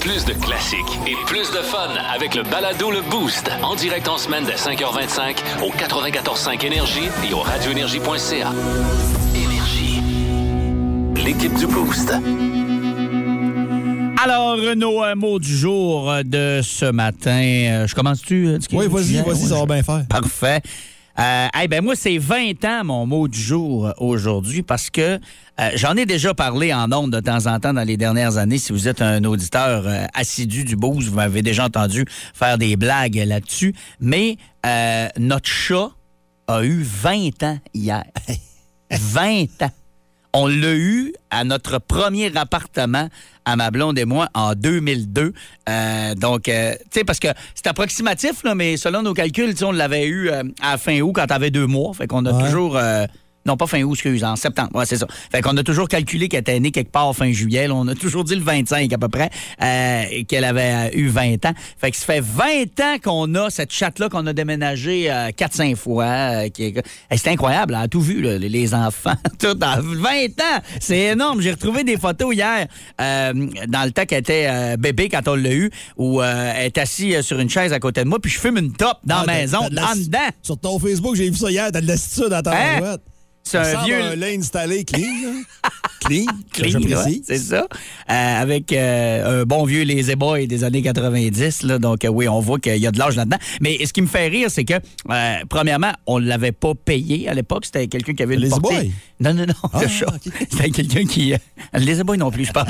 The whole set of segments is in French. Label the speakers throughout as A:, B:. A: Plus de classiques et plus de fun avec le balado Le Boost. En direct en semaine dès 5h25 au 94.5 Énergie et au radioénergie.ca. Énergie. L'équipe du Boost.
B: Alors, Renaud, un mot du jour euh, de ce matin. Euh, Je commence-tu? euh, du-
C: Oui, vas-y,
B: du-
C: vas-y,
B: ouais,
C: ça va
B: je-
C: bien faire.
B: Parfait. Euh, eh ben moi, c'est 20 ans mon mot du jour euh, aujourd'hui parce que euh, j'en ai déjà parlé en ondes de temps en temps dans les dernières années. Si vous êtes un auditeur euh, assidu du Boost, vous m'avez déjà entendu faire des blagues là-dessus. Mais euh, notre chat a eu 20 ans hier. 20 ans. On l'a eu à notre premier appartement à ma blonde et moi en 2002. Euh, donc, euh, tu sais, parce que c'est approximatif, là, mais selon nos calculs, tu sais, on l'avait eu euh, à fin août quand t'avais deux mois. Fait qu'on a
C: Ouais.
B: toujours... euh, non, pas fin août, excuse, en septembre. Ouais, c'est ça. Fait qu'on a toujours calculé qu'elle était née quelque part fin juillet. Là, on a toujours dit le 25 à peu près, euh, et qu'elle avait euh, eu 20 ans. Fait que ça fait 20 ans qu'on a cette chatte-là qu'on a déménagée euh, 4-5 fois. euh, qui est- Eh, c'est incroyable, elle a tout vu, là, les- les enfants. tout en 20 ans! C'est énorme. J'ai retrouvé des photos hier euh, dans le temps qu'elle était euh, bébé quand on l'a eu, où euh, elle est assise euh, sur une chaise à côté de moi, puis je fume une top dans
C: Ah,
B: la
C: t'as-
B: maison,
C: t'as de la-
B: en dedans.
C: Sur ton Facebook, j'ai vu ça hier, t'as de l'attitude à ta
B: Hein?
C: barouette.
B: C'est
C: Ça
B: un
C: ressemble
B: vieux.
C: à un lait installé clean. là. clean, que
B: clean,
C: je
B: ouais,
C: précise.
B: c'est ça. Euh, avec euh, un bon vieux Les Boys des années 90. Là, donc, euh, oui, on voit qu'il y a de l'âge là-dedans. Mais ce qui me fait rire, c'est que, euh, premièrement, on ne l'avait pas payé à l'époque. C'était quelqu'un qui avait une
C: Lazy
B: portée-
C: Boy?
B: Non, non, non.
C: Ah,
B: le chat.
C: ok.
B: C'était quelqu'un qui. euh, les Boys non plus, je pense.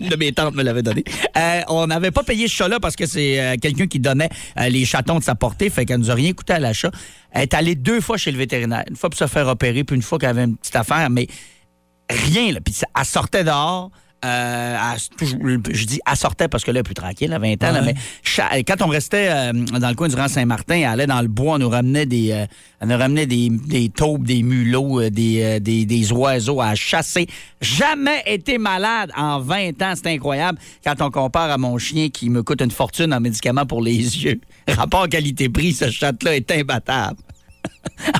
B: Une de mes tantes me l'avait donné. Euh, on n'avait pas payé ce chat-là parce que c'est euh, quelqu'un qui donnait euh, les chatons de sa portée. Fait qu'elle nous a rien coûté à l'achat. Elle est allée deux fois chez le vétérinaire. Une fois pour se faire opérer, puis une fois qu'elle avait une petite affaire. Mais rien. Là. Puis ça- elle sortait dehors. euh, elle s- toujours- je dis elle sortait parce que là, elle est plus tranquille, à 20 ans. là, mais cha- quand on restait euh, dans le coin du Rang-Saint-Martin, elle allait dans le bois, on nous ramenait des, euh, elle nous ramenait des, des taupes, des mulots, euh, des, euh, des, des oiseaux à chasser. Jamais été malade en 20 ans. C'est incroyable quand on compare à mon chien qui me coûte une fortune en médicaments pour les yeux. Rapport qualité-prix, ce chat-là est imbattable.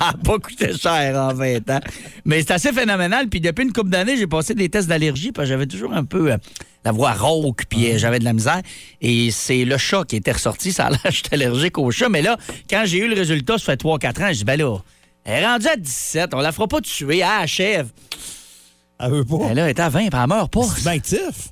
B: Ah, pas coûté cher en 20 ans. Mais c'est assez phénoménal. Puis depuis une couple d'années, j'ai passé des tests d'allergie parce que j'avais toujours un peu euh, la voix rauque, puis euh, j'avais de la misère. Et c'est le chat qui était ressorti. Ça a l'air que j'étais allergique au chat. Mais là, quand j'ai eu le résultat, ça fait 3-4 ans, je dis, ben là, elle est rendue à 17, on la fera pas tuer, elle achève.
C: Elle veut pas.
B: Ben là, elle est à 20, puis elle meurt pas.
C: C'est bien actif.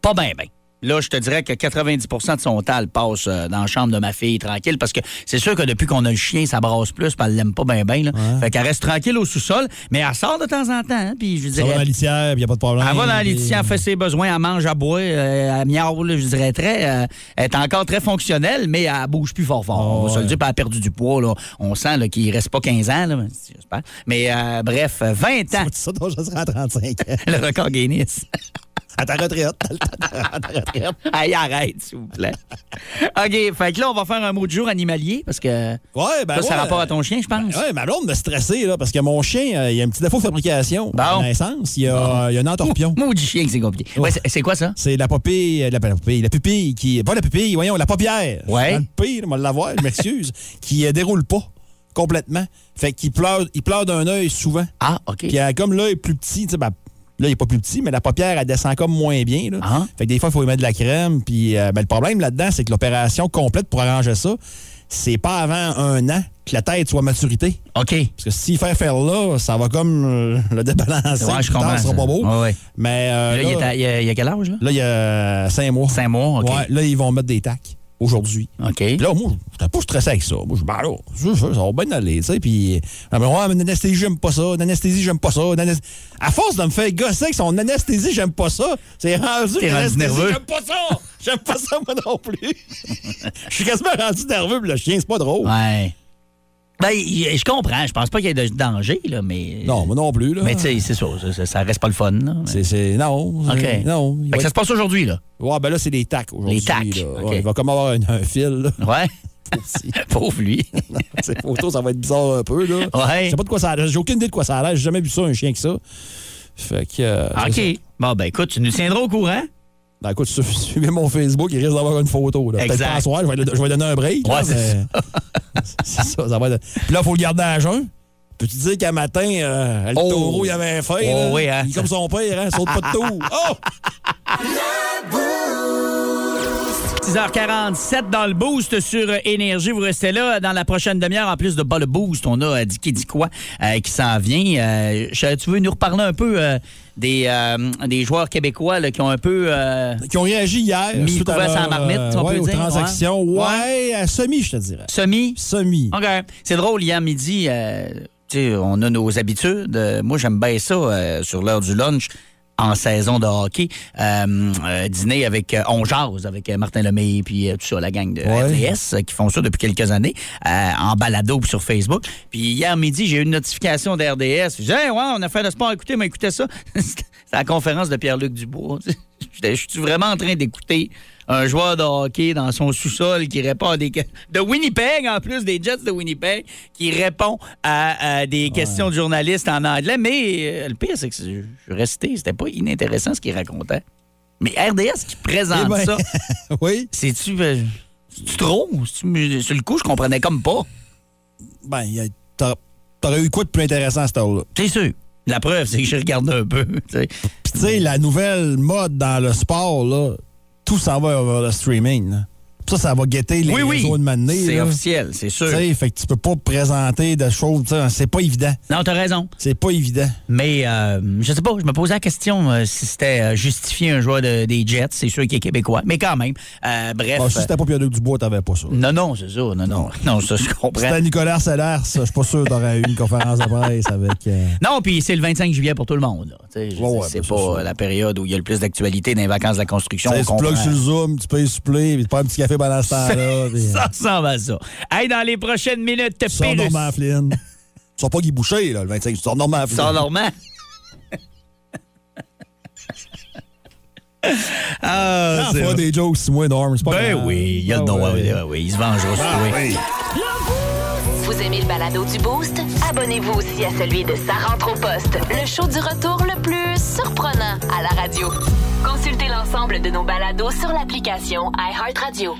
B: Pas bien, bien. Là, je te dirais que 90 de son temps, elle passe euh, dans la chambre de ma fille tranquille parce que c'est sûr que depuis qu'on a le chien, ça brasse plus, puis elle l'aime pas bien, bien. Fait qu'elle reste tranquille au sous-sol, mais elle sort de temps en temps, hein, puis je
C: Ça va
B: dirais.
C: dans la litière, il y a pas de problème.
B: Elle va dans la
C: puis-
B: litière, elle fait ses besoins, elle mange, elle boit, euh, elle miaule, là, je dirais très. euh, elle est encore très fonctionnelle, mais elle bouge plus fort fort. on va se le
C: ouais.
B: dire, puis elle a perdu du poids. Là. On sent là, qu'il reste pas 15 ans, là, j'espère. Mais euh, bref, 20 ans,
C: C'est ça dont je serai à 35 ans.
B: le record Guinness.
C: À ta retraite.
B: Aïe, arrête, s'il vous plaît. OK, fait que là, on va faire un mot de jour animalier parce que
C: Ouais, ben
B: ça, ça a
C: ouais. Ben
B: rapport à ton chien, je pense.
C: Ouais, ma blonde me stressait, là, parce que mon chien, euh, il y a un petit défaut de fabrication.
B: Bon.
C: À naissance, il y a, il y a un entorpion.
B: Mot du chien que c'est compliqué. Ouais, c'est- c'est quoi ça?
C: C'est la papille, euh, la, la papille, la pupille qui. Pas la pupille, voyons, la paupière.
B: Ouais.
C: Le pire, moi, l'avoir, je m'excuse, qui euh, déroule pas complètement. Fait qu'il pleure, il pleure d'un œil souvent.
B: Ah, OK.
C: Puis euh, comme l'œil est plus petit, tu sais, ben, là, il est pas plus petit, mais la paupière, elle descend comme moins bien. Là.
B: Ah.
C: Fait que des fois, il faut y mettre de la crème. Puis euh, ben, le problème là-dedans, c'est que l'opération complète pour arranger ça, c'est pas avant un an que la tête soit à maturité.
B: OK.
C: Parce que s'il fait faire là, ça va comme euh, le débalancer.
B: Ouais, je
C: plus tard,
B: comprends
C: ça sera
B: ça.
C: pas beau.
B: Ouais, ouais.
C: Mais euh,
B: Là, il, est
C: là,
B: à- il y a, il y a quel âge, là?
C: là, il y a cinq mois.
B: Cinq mois, OK.
C: Ouais, là, ils vont mettre des tacs aujourd'hui.
B: OK.
C: Puis là, moi, j'étais pas stressé avec ça. Moi, je dis, ben là, ça, ça, ça va bien aller, tu sais. Puis, ah, mais ouais, mais l'anesthésie, j'aime pas ça. L'anesthésie, j'aime pas ça. L'anes- À force de me faire gosser avec son anesthésie, j'aime pas ça, c'est rendu
B: T'es
C: que
B: rendu
C: l'anesthésie,
B: nerveux.
C: J'aime pas ça. J'aime pas ça, moi non plus. Je suis quasiment rendu nerveux, puis le chien, c'est pas drôle.
B: Ouais. Ben, il- je comprends. Je pense pas qu'il y ait de danger, là, mais.
C: Non, moi non plus, là.
B: Mais tu sais, c'est ça, ça- ça. ça reste pas le fun, là. mais-
C: C'est, c'est- non.
B: OK.
C: c'est- Non.
B: Fait
C: Il va
B: que ça
C: être-
B: se passe aujourd'hui, là.
C: Ouais, ben là, c'est des tacs aujourd'hui.
B: Les tacs,
C: là. Ouais,
B: OK.
C: il va comme avoir un, un fil, là.
B: Ouais.
C: aussi.
B: Pauvre lui.
C: Ces photos, ça va être bizarre un peu, là.
B: Ouais.
C: Je sais pas de quoi ça a l'air. J'ai aucune idée de quoi ça a l'air. J'ai jamais vu ça, un chien que ça. Fait que. euh, c'est
B: OK.
C: ça.
B: Bon, ben, écoute, tu nous tiendras au courant.
C: Ben, écoute, su- suivez mon Facebook, il risque d'avoir une photo. là. Peut-être
B: Exact.
C: pas à soir, je vais, le- je vais donner un break. là,
B: Ouais, c'est
C: mais- c'est ça. ça va être- Puis là, il faut le garder à jeun. Peux-tu dire qu'à matin, euh, le
B: Oh.
C: taureau, il avait un feu?
B: Oh,
C: là?
B: oui, hein.
C: Il est comme son père, hein, saute pas de tour. Oh!
B: 6h47 dans le boost sur euh, Énergie. Vous restez là euh, dans la prochaine demi-heure. En plus de bas le boost, on a euh, dit qui dit quoi euh, qui s'en vient. Euh, Charles, tu veux nous reparler un peu euh, des, euh, des joueurs québécois là, qui ont un peu. euh,
C: Qui ont réagi hier.
B: Mis
C: suite
B: le couvert
C: à leur, euh,
B: sur la marmite, on
C: ouais,
B: peut
C: aux
B: dire,
C: transactions.
B: ouais. Ah,
C: Ouais, à semi, je te dirais.
B: semi?
C: Semi.
B: OK. C'est drôle, hier midi, euh, tu sais, on a nos habitudes. Euh, moi, j'aime bien ça euh, sur l'heure du lunch. En saison de hockey, euh, euh, dîner avec euh, on jase avec euh, Martin Lemay puis euh, tout ça, la gang de
C: Ouais.
B: RDS euh, qui font ça depuis quelques années euh, en balado puis sur Facebook. Puis hier midi, j'ai eu une notification d'RDS. Je disais, Hey, ouais, on a fait le sport, écoutez, mais écoutez ça. C'était la conférence de Pierre-Luc Dubois. J'étais- Je suis vraiment en train d'écouter un joueur de hockey dans son sous-sol qui répond à des que- de Winnipeg en plus des Jets de Winnipeg qui répond à, à des questions de journalistes en anglais mais euh, le pire c'est que je je restais c'était pas inintéressant ce qu'il racontait mais RDS qui présente
C: Eh ben,
B: ça
C: oui.
B: c'est tu
C: euh,
B: tu trop C'est-tu mu- sur le coup je comprenais comme pas
C: Ben, y a- t'aurais- t'aurais eu quoi de plus intéressant à cette heure-là?
B: c'est sûr la preuve c'est que je regarde un peu tu sais.
C: Puis, tu sais, la nouvelle mode dans le sport, là, tout s'en va vers le streaming. là. Puis ça, ça va guetter les
B: oui oui
C: réseaux de maner.
B: c'est
C: là.
B: officiel c'est
C: Tu
B: sûr
C: sais, fait que tu peux pas présenter de choses. tu sais, C'est pas évident.
B: non t'as raison
C: C'est pas évident.
B: Mais euh, je sais pas, je me posais la question euh, si c'était euh, justifié un joueur de- des Jets. C'est sûr qu'il est québécois, mais quand même. Euh, bref.
C: Bon, si c'était pas Pierre-Luc Dubois, t'avais pas ça.
B: euh, non, non, c'est ça. Non, non, non, ça, je
C: Si
B: comprends.
C: c'était Nicolas Sellers, ça, je suis pas sûr que t'aurais eu une conférence de presse avec. euh,
B: Non, puis c'est le 25 juillet pour tout le monde. là. Tu sais, je veux
C: Ouais,
B: dire,
C: ouais,
B: c'est
C: ben, c'est
B: pas
C: ça.
B: la période où il y a le plus d'actualité dans les vacances de la construction.
C: Tu sais,
B: on
C: tu plugues
B: comprend.
C: sur le Zoom, tu peux y suppléer, puis tu prends un petit café pendant ce temps-là. puis, euh,
B: Ça ressemble à ça. Hey, dans les prochaines minutes,
C: tu sors
B: Pérus-
C: Normand Flynn. Tu sors pas Guy Boucher, là, le 25. Tu sors Normand Flynn.
B: Sans Normand. ah,
C: Ah,
B: c'est
C: fera
B: vrai.
C: des jokes, si moi, Norm. c'est pas
B: Ben
C: grave.
B: oui, il y a le
C: Ah,
B: droit.
C: ouais.
B: Ah oui, il se vengera sur toi.
D: Vous aimez le balado du Boost? Abonnez-vous aussi à celui de Sa rentre au poste, le show du retour le plus surprenant à la radio. Consultez l'ensemble de nos balados sur l'application iHeartRadio.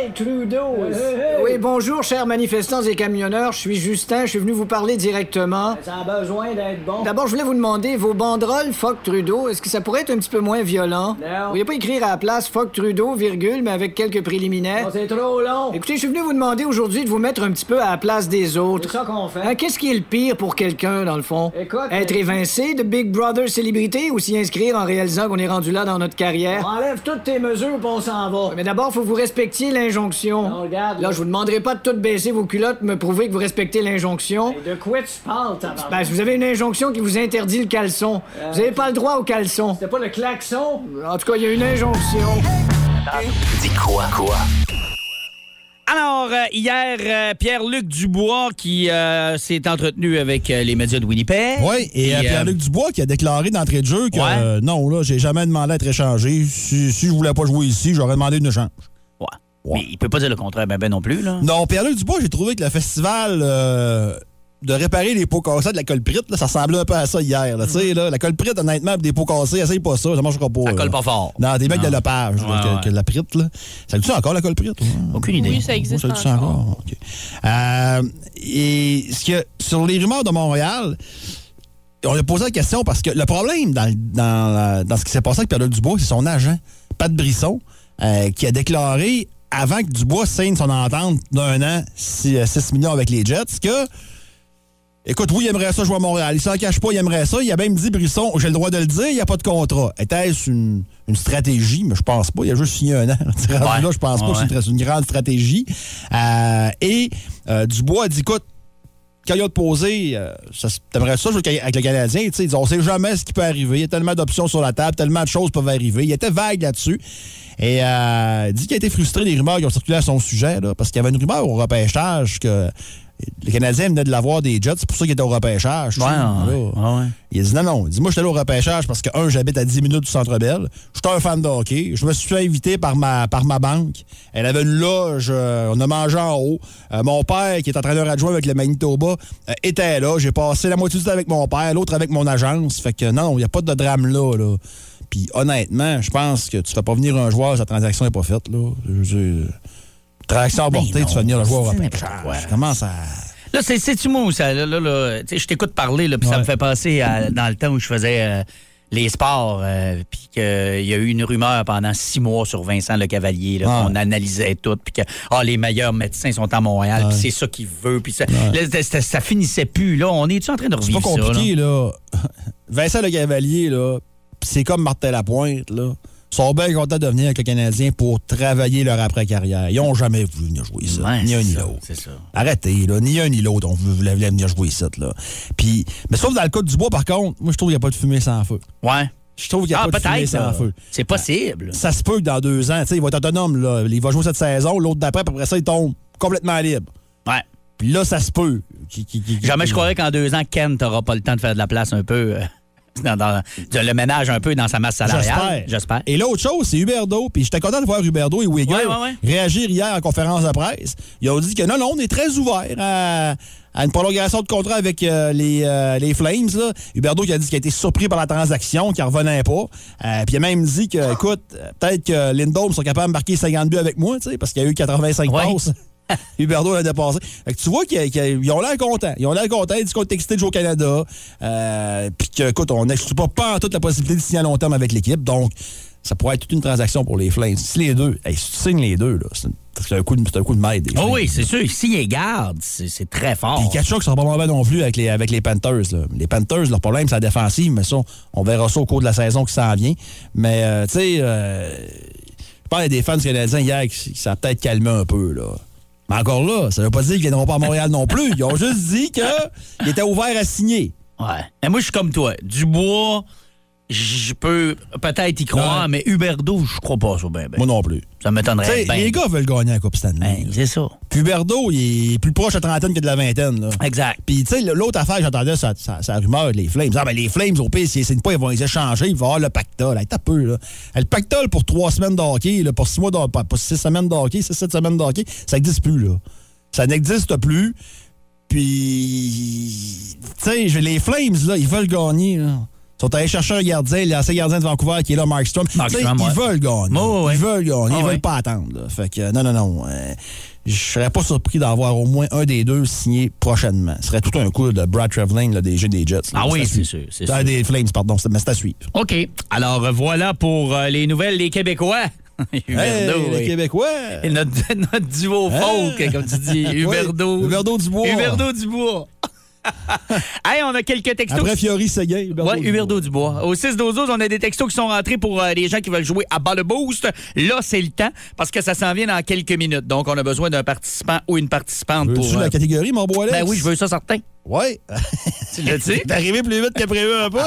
E: Hey Trudeau! Oui, bonjour, chers manifestants et camionneurs. Je suis Justin, je suis venu vous parler directement. Ça a besoin d'être bon. D'abord, je voulais vous demander, vos banderoles Fuck Trudeau, est-ce que ça pourrait être un petit peu moins violent? Non. Vous voulez pas écrire à la place Fuck Trudeau, virgule, mais avec quelques préliminaires? Non, c'est trop long. Oh. Écoutez, je suis venu vous demander aujourd'hui de vous mettre un petit peu à la place des autres. C'est ça qu'on fait. Qu'est-ce qui est le pire pour quelqu'un, dans le fond? Écoute. Être évincé de Big Brother célébrité ou s'y inscrire en réalisant qu'on est rendu là dans notre carrière? On enlève toutes tes mesures, on s'en va. Mais d'abord, faut que vous respectiez l'injonction. regarde. Là, je vous demanderai pas de toutes baisser vos culottes, me prouver que vous respectez l'injonction. de quoi tu parles, Parce que vous avez une injonction qui vous interdit le caleçon. Vous avez pas le droit au caleçon. C'était pas le klaxon? En tout cas, il y a une injonction.
A: Dis quoi, quoi?
B: Alors, euh, hier, euh, Pierre-Luc Dubois qui euh, s'est entretenu avec euh, les médias de Winnipeg.
C: Oui, et euh,
B: Puis, euh,
C: Pierre-Luc Dubois qui a déclaré d'entrée de jeu que
B: Ouais.
C: euh, non, là, j'ai jamais demandé à être échangé. Si, si je voulais pas jouer ici, j'aurais demandé une échange.
B: ouais.
C: Ouais.
B: Mais il peut pas dire le contraire ben, ben non plus, là.
C: Non, Pierre-Luc Dubois, j'ai trouvé que le festival euh, de réparer les pots cassés de la colprite, là, ça ressemblait un peu à ça hier. Là, Tu sais, là, la colprite, honnêtement, pour des pots cassés, essaye pas ça, ça marchera pas.
B: Ça
C: là.
B: colle pas fort.
C: Non, des mecs
B: Non.
C: de Lepage,
B: Ouais,
C: là, que,
B: ouais.
C: que la prite, là. Ça le tue encore, la colprite? Ouais.
B: Aucune idée.
F: Oui, ça existe
C: Oh, ça le tue
F: encore.
C: encore, ok. Euh, et ce que, sur les rumeurs de Montréal, on a posé la question parce que le problème dans, dans, la- dans ce qui s'est passé avec Pierre-Luc Dubois, c'est son agent, Pat Brisson, euh, qui a déclaré, avant que Dubois signe son entente d'un an, 6 millions avec les Jets, que. Écoute, oui, il aimerait ça jouer à Montréal. Il s'en cache pas, il aimerait ça. Il a même dit, Brisson, j'ai le droit de le dire, il n'y a pas de contrat. Était-ce une, une stratégie? Mais je pense pas. Il a juste signé un an. Rendu
B: Ouais.
C: là, je pense pas
B: Ouais,
C: que c'est une, tra- une grande stratégie. Euh, et euh, Dubois a dit, écoute, quand il a posé, euh, ça se- t'aimerais ça jouer avec le Canadien, tu sais, ils disent, on sait jamais ce qui peut arriver. Il y a tellement d'options sur la table, tellement de choses peuvent arriver. Il était vague là-dessus. Et euh, il dit qu'il a été frustré des rumeurs qui ont circulé à son sujet, là, parce qu'il y avait une rumeur au repêchage que le Canadien venait de l'avoir des Jets, c'est pour ça qu'il était au repêchage. tu
B: Ouais,
C: sais,
B: ouais, Ah
C: là.
B: ouais, ouais.
C: Il a dit non, non. Il dit, moi, j'étais allé au repêchage parce que, un, j'habite à 10 minutes du centre Bell. J'étais un fan de hockey. Je me suis fait inviter par ma, par ma banque. Elle avait une loge. euh, on a mangé en haut. Euh, mon père, qui est entraîneur adjoint avec le Manitoba, euh, était là. J'ai passé la moitié du temps avec mon père, l'autre avec mon agence. Fait que, non, il n'y a pas de drame là. là. Puis, honnêtement, je pense que tu fais pas venir un joueur, sa transaction n'est pas faite. Là. Je veux dire, transaction abortée,
B: Ben non,
C: tu fais venir le joueur au
B: c'est
C: repêchage.
B: n'importe quoi.
C: Comment ça.
B: Là, c'est- c'est-tu moi où ça? Là, là, là, tu sais, je t'écoute parler, là, puis ça
C: Ouais.
B: me fait passer à- dans le temps où je faisais euh, les sports, euh, puis qu'il y a eu une rumeur pendant six mois sur Vincent Le Cavalier, là,
C: Ah.
B: qu'on analysait tout, puis que ah, les meilleurs médecins sont à Montréal, puis c'est ça qu'il veut, puis ça, là, c'était- c'était- ça finissait plus. Là, on est-tu en train de
C: C'est
B: revivre
C: pas
B: ça? là?
C: compliqué, là. Vincent Le Cavalier, là, pis c'est comme Martin Lapointe, là. Ils sont bien contents de venir avec le Canadien pour travailler leur après-carrière. Ils n'ont jamais voulu venir jouer ça.
B: Ouais,
C: ni un
B: c'est
C: ni
B: ça,
C: l'autre.
B: c'est ça.
C: Arrêtez, là. Ni un ni l'autre, on voulait voulait venir jouer ça, là. Puis, mais sauf dans le cas du bois, par contre, moi, je trouve qu'il n'y a pas de fumée sans feu.
B: Ouais.
C: Je trouve qu'il n'y a
B: Ah,
C: pas de fumée
B: peut-être.
C: sans
B: là.
C: feu.
B: C'est possible.
C: Ça se peut que dans deux ans, tu sais, il va être autonome, là. Il va jouer cette saison, l'autre d'après, puis après ça, il tombe complètement libre.
B: Ouais.
C: Puis là, ça se peut. qu'il- qu'il- qu'il-
B: Jamais je
C: qu'il-
B: croirais qu'en deux ans, Ken, t'auras pas le temps de faire de la place un peu, euh, dans, dans- de le ménage un peu dans sa masse salariale.
C: J'espère.
B: J'espère.
C: Et l'autre chose, c'est Huberdo. Puis j'étais content de voir Huberdo et Wigger
B: Ouais, ouais,
C: réagir hier en conférence de presse. Ils ont dit que non, non, on est très ouvert à, à une prolongation de contrat avec euh, les, euh, les Flames. Là. Huberdo qui a dit qu'il a été surpris par la transaction, qu'il ne revenait pas. Euh, puis il a même dit que, écoute, euh, peut-être que Lindholm sont capables de marquer 50 buts avec moi, tu sais, parce qu'il y a eu 85
B: Ouais.
C: passes. Huberdo l'a dépassé. Fait que tu vois qu'ils qu'ils ont l'air contents. Ils ont l'air contents. Ils disent qu'on est excités de jouer au Canada. Euh, Puis que, écoute, on n'exclut pas, pas en toute la possibilité de signer à long terme avec l'équipe. Donc, ça pourrait être toute une transaction pour les Flames. Si les deux, hey, si tu signes les deux, là, c'est c'est un coup de, c'est un coup de maître. des
B: Oh
C: Flames.
B: oui, c'est sûr. S'il les garde, c'est c'est très
C: Puis
B: fort.
C: Kachuk sera pas mauvais non plus avec les, avec les Panthers. là. Les Panthers, leur problème, c'est la défensive, mais ça, on verra ça au cours de la saison qui s'en vient. Mais, euh, tu sais, euh, je parlais des fans du canadiens hier qui, qui ça a peut-être calmé un peu, là. Mais encore là, ça veut pas dire qu'ils viendront pas à Montréal non plus. Ils ont juste dit qu'ils étaient ouverts à signer.
B: Ouais. Mais moi, je suis comme toi. Dubois, je peux peut-être y croire,
C: Ouais.
B: mais Huberdo, je crois pas ça. Ben, ben.
C: Moi non plus.
B: Ça
C: Tu sais,
B: m'étonnerait. ben.
C: les gars veulent gagner la Coupe Stanley.
B: Ben, c'est ça.
C: Puis Berdo, il est plus proche de la trentaine que de la vingtaine, là.
B: Exact.
C: Puis, tu sais, l'autre affaire, j'entendais sa, sa- sa rumeur, les Flames. Ah, ben, les Flames, au pire, s'ils signent pas, ils vont les échanger, ils vont avoir le pactole. Hey, t'as peu, là. Hey, Le pactole pour trois semaines de hockey, là, pour six mois de, pas- pour six semaines de hockey, six, sept semaines de hockey, ça n'existe plus, là. Ça n'existe plus. Puis, tu sais, je- les Flames, là, ils veulent gagner, là. Ils sont allés chercher un gardien, l'ancien gardien de Vancouver qui est là, Mark Strom.
B: Mark
C: Tu sais,
B: Strom, ouais.
C: Ils veulent gagner.
B: Oh, ouais.
C: Ils veulent gagner.
B: Ah,
C: ils
B: ouais.
C: veulent pas attendre. là. Fait que, euh, non, non, non. euh, je serais pas surpris d'avoir au moins un des deux signé prochainement. Ce serait tout un coup de Brad Traveling, le DG des Jets. là.
B: Ah oui,
C: à
B: c'est
C: suivre.
B: sûr, c'est
C: Ah,
B: sûr. Oh,
C: Des Flames, pardon. c'est- Mais c'est à suivre.
B: OK. Alors, euh, voilà pour euh, les nouvelles des Québécois. Huberdo,
C: Hey, les
B: ben, oui.
C: Québécois!
B: Et notre, notre duo
C: Hein?
B: folk, comme tu dis,
C: Oui,
B: Huberdo.
C: Huberdeau Dubois.
B: Huberdo Dubois. hey, on a quelques textos.
C: Après Fiori, Seguin, Huberdeau.
B: Ouais, Huberdo Dubois. Au 6 12 on a des textos qui sont rentrés pour euh, les gens qui veulent jouer à bas le boost. Là, c'est le temps parce que ça s'en vient dans quelques minutes. Donc, on a besoin d'un participant ou une participante pour.
C: Veux-tu
B: euh,
C: la catégorie, mon beau Alex?
B: ben oui, je veux ça certain.
C: Ouais.
B: Tu le dis?
C: T'es arrivé plus vite que prévu un peu.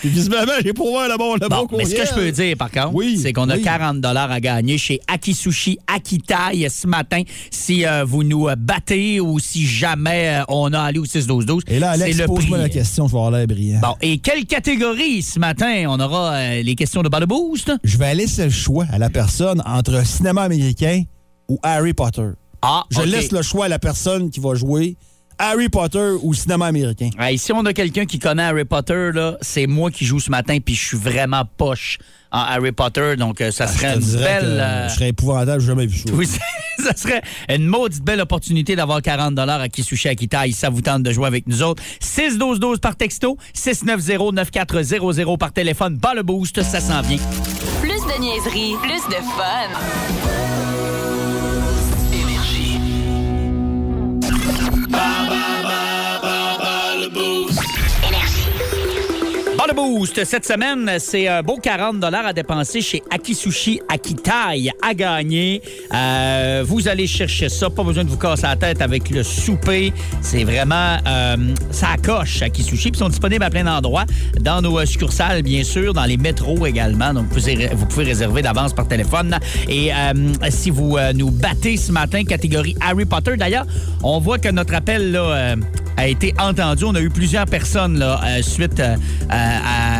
C: Puis visiblement, j'ai pour voir le bon, le
B: Bon,
C: bon
B: mais ce que
C: courriel.
B: je peux dire, par contre,
C: Oui,
B: c'est qu'on a
C: oui.
B: 40 à gagner chez Akisushi Akitaï ce matin. Si euh, vous nous euh, battez ou si jamais euh, on a allé au 6-12-12,
C: Et là,
B: c'est
C: Alex,
B: le
C: pose-moi
B: prix.
C: la question, je vais avoir l'air brillant.
B: Bon, et quelle catégorie ce matin? On aura euh, les questions de balle boost?
C: Je vais laisser le choix à la personne entre cinéma américain ou Harry Potter.
B: Ah,
C: Je
B: ok.
C: laisse le choix à la personne qui va jouer Harry Potter ou cinéma américain.
B: Hey, si on a quelqu'un qui connaît Harry Potter, là, c'est moi qui joue ce matin, puis je suis vraiment poche en Harry Potter, donc euh, ça serait
C: Ah, Je te
B: une
C: dirais que
B: belle... euh,
C: Je serais épouvantable, j'ai jamais vu ça.
B: Oui, c'est- ça serait une maudite belle opportunité d'avoir 40 à Kisushi Akitaï. Ça vous tente de jouer avec nous autres. 6-12-12 par texto, 690-9400 par téléphone. Pas le boost, ça s'en vient.
D: Plus de niaiserie, plus de fun.
A: Énergie.
B: Bon le boost, cette semaine, c'est un beau 40 à dépenser chez Akisushi Akitaï à gagner. Euh, vous allez chercher ça, pas besoin de vous casser la tête avec le souper. C'est vraiment, euh, ça coche Akisushi. Puis ils sont disponibles à plein d'endroits, dans nos euh, succursales, bien sûr, dans les métros également. Donc, vous pouvez, vous pouvez réserver d'avance par téléphone. Et euh, si vous euh, nous battez ce matin, catégorie Harry Potter, d'ailleurs, on voit que notre appel là, euh, a été entendu. On a eu plusieurs personnes là, euh, suite euh, à-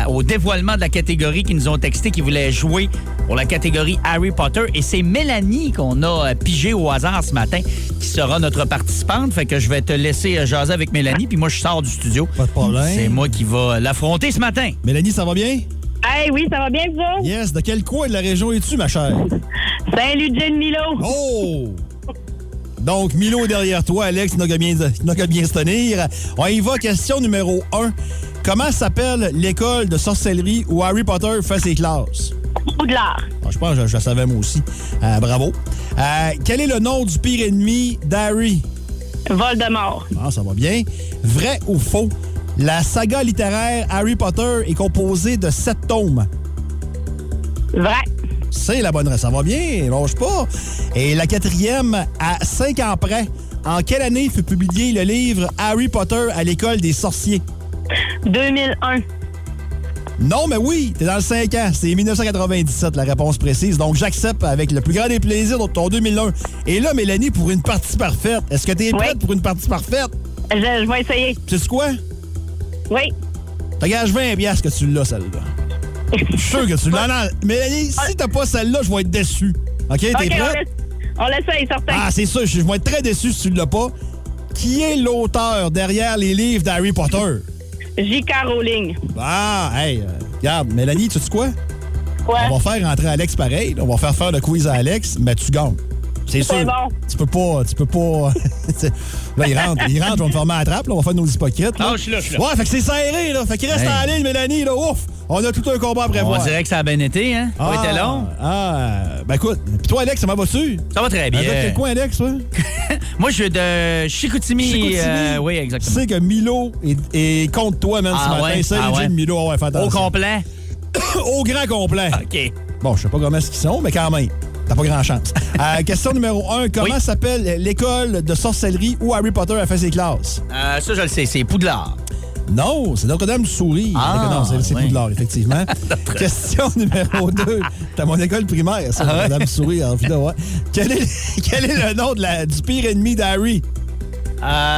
B: à- au dévoilement de la catégorie qui nous ont texté qui voulaient jouer pour la catégorie Harry Potter. Et c'est Mélanie qu'on a euh, pigée au hasard ce matin qui sera notre participante. Fait que je vais te laisser euh, jaser avec Mélanie, puis moi je sors du studio.
C: Pas de problème.
B: C'est moi qui va l'affronter ce matin.
C: Mélanie, ça va bien?
F: Hey, oui, ça va bien, vous autres?
C: Yes, de quel coin de la région es-tu, ma chère?
F: Salut, Jen Milo.
C: Oh! Donc, Milo est derrière toi, Alex, il n'a qu'à bien, il n'a qu'à bien se tenir. On y va, question numéro 1. Comment s'appelle l'école de sorcellerie où Harry Potter fait ses classes?
F: Poudlard.
C: Bon, je pense que je, je le savais moi aussi. Euh, bravo. Euh, quel est le nom du pire ennemi d'Harry?
F: Voldemort.
C: Ah, ça va bien. Vrai ou faux? La saga littéraire Harry Potter est composée de sept tomes.
F: Vrai.
C: C'est la bonne réponse. Ça va bien, longe pas. Et la quatrième, à cinq ans près, en quelle année fut publié le livre Harry Potter à l'école des sorciers?
F: 2001.
C: Non, mais oui, t'es dans le 5 ans. C'est 1997, la réponse précise. Donc, j'accepte avec le plus grand des plaisirs donc ton 2001. Et là, Mélanie, pour une partie parfaite, est-ce que t'es prête
F: Oui.
C: pour une partie parfaite?
F: Je, je vais essayer.
C: Tu sais quoi?
F: Oui.
C: T'as gage 20 piastres que tu l'as, celle-là. Je suis sûr que tu l'as. Non, non, Mélanie, si t'as pas celle-là, je vais être déçu. OK, t'es
F: OK, on
C: prête?
F: laisse- on l'essaye, certain.
C: Ah, c'est ça, je je vais être très déçu si tu l'as pas. Qui est l'auteur derrière les livres d'Harry Potter?
F: J.K. Rowling.
C: Ah, hey, euh, regarde, Mélanie, tu sais quoi?
F: Quoi?
C: On va faire rentrer Alex pareil. là. On va faire faire le quiz à Alex, mais tu gagnes. C'est
F: C'est
C: sûr.
F: bon.
C: Tu peux pas, tu peux pas. là, il rentre, il rentre, je vais me fermer à la trappe, là, on va faire nos hypocrites. là.
B: Ah, je suis là, je suis là.
C: Ouais, fait que c'est serré, là. Fait qu'il reste
B: Hey.
C: en ligne, Mélanie, là. Ouf! On a tout un combat à
B: On
C: prévoir.
B: dirait que ça a bien été, hein? Ça a été long.
C: Ah, ben écoute. Puis toi, Alex, ça m'en va-tu?
B: Ça va très
C: Un
B: bien.
C: gars de quel coin, Alex, toi?
B: Moi, je suis de Chicoutimi.
C: Chicoutimi.
B: euh, oui,
C: Tu
B: exactement.
C: sais que Milo est, est contre toi, man, ce
B: Ah
C: matin.
B: ouais,
C: Salut,
B: ah ouais.
C: Jim Milo. Ah ouais, fais
B: Au
C: attention.
B: complet.
C: Au grand complet.
B: OK.
C: Bon, je sais pas comment est-ce qu'ils sont, mais quand même, t'as pas grand chance. Euh, question numéro 1. Comment
B: Oui.
C: s'appelle l'école de sorcellerie où Harry Potter a fait ses classes?
B: Euh, ça, je le sais, c'est Poudlard.
C: Non, c'est Notre-Dame du Sourire.
B: Ah,
C: non, c'est c'est
B: oui.
C: Poudlard, effectivement. question numéro 2. T'as mon école primaire,
B: Ah
C: ça, Notre-Dame du Sourire. en fait, ouais. Quel est, quel est le nom de la- du pire ennemi d'Harry?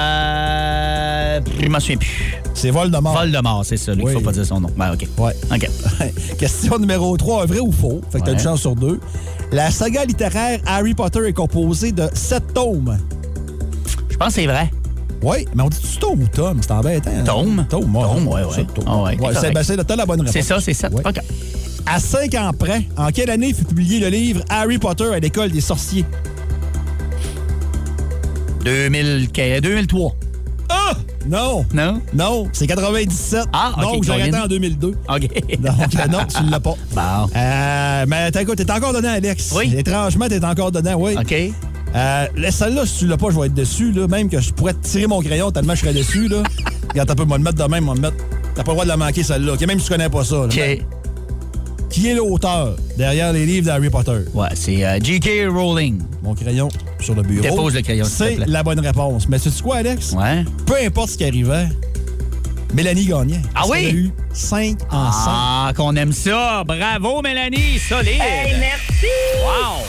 B: Euh. Je m'en souviens plus.
C: C'est Voldemort.
B: Voldemort, c'est ça, lui.
C: Oui.
B: Il faut pas dire son nom. Ben, OK.
C: Ouais.
B: OK.
C: Question numéro 3, vrai ou faux? Fait que t'as
B: Ouais.
C: une chance sur deux. La saga littéraire Harry Potter est composée de sept tomes.
B: Je pense que c'est vrai.
C: Oui, mais on dit-tu Tom ou Tom? C'est embêtant. hein?
B: Tome?
C: Tom, ouais.
B: Tome, ouais,
C: C'est
B: ouais.
C: Tome.
B: Ah ouais,
C: Ouais,
B: c'est
C: c'est
B: correct.
C: ben, c'est- t'as la bonne réponse.
B: C'est ça, c'est ça.
C: Ouais.
B: OK.
C: À cinq ans près, en quelle année fut publié le livre Harry Potter à l'école des sorciers?
B: 2000 2003.
C: Ah! Non!
B: Non?
C: Non, c'est 97.
B: Ah, ok,
C: Donc, j'ai arrêté
B: Colin. Ah,
C: en 2002.
B: OK.
C: Donc, euh, non, tu l'as pas.
B: Bon.
C: Euh, mais t'as- écoute, t'es encore dedans, Alex.
B: Oui.
C: Étrangement, t'es encore dedans, oui.
B: OK.
C: Euh, la- celle-là, si tu l'as pas, je vais être dessus, là. Même que je pourrais te tirer mon crayon tellement je serais dessus, là. Regarde, t'as pas moi le mettre de même, moi le mettre. T'as pas le droit de la manquer, celle-là. Ok, Même si tu connais pas ça, là.
B: OK.
C: Qui est l'auteur derrière les livres d'Harry Potter?
B: Ouais, c'est euh, J.K. Rowling.
C: Mon crayon sur le bureau.
B: Dépose le crayon, s'il te
C: C'est
B: plaît.
C: la bonne réponse. Mais sais-tu quoi, Alex?
B: Ouais.
C: Peu importe ce qui arrivait, Mélanie gagnait.
B: Ah
C: Parce
B: oui?
C: qu'elle a eu 5 en 5.
B: Ah, qu'on aime ça. Bravo, Mélanie. Solide.
F: Hey, merci.
B: Wow!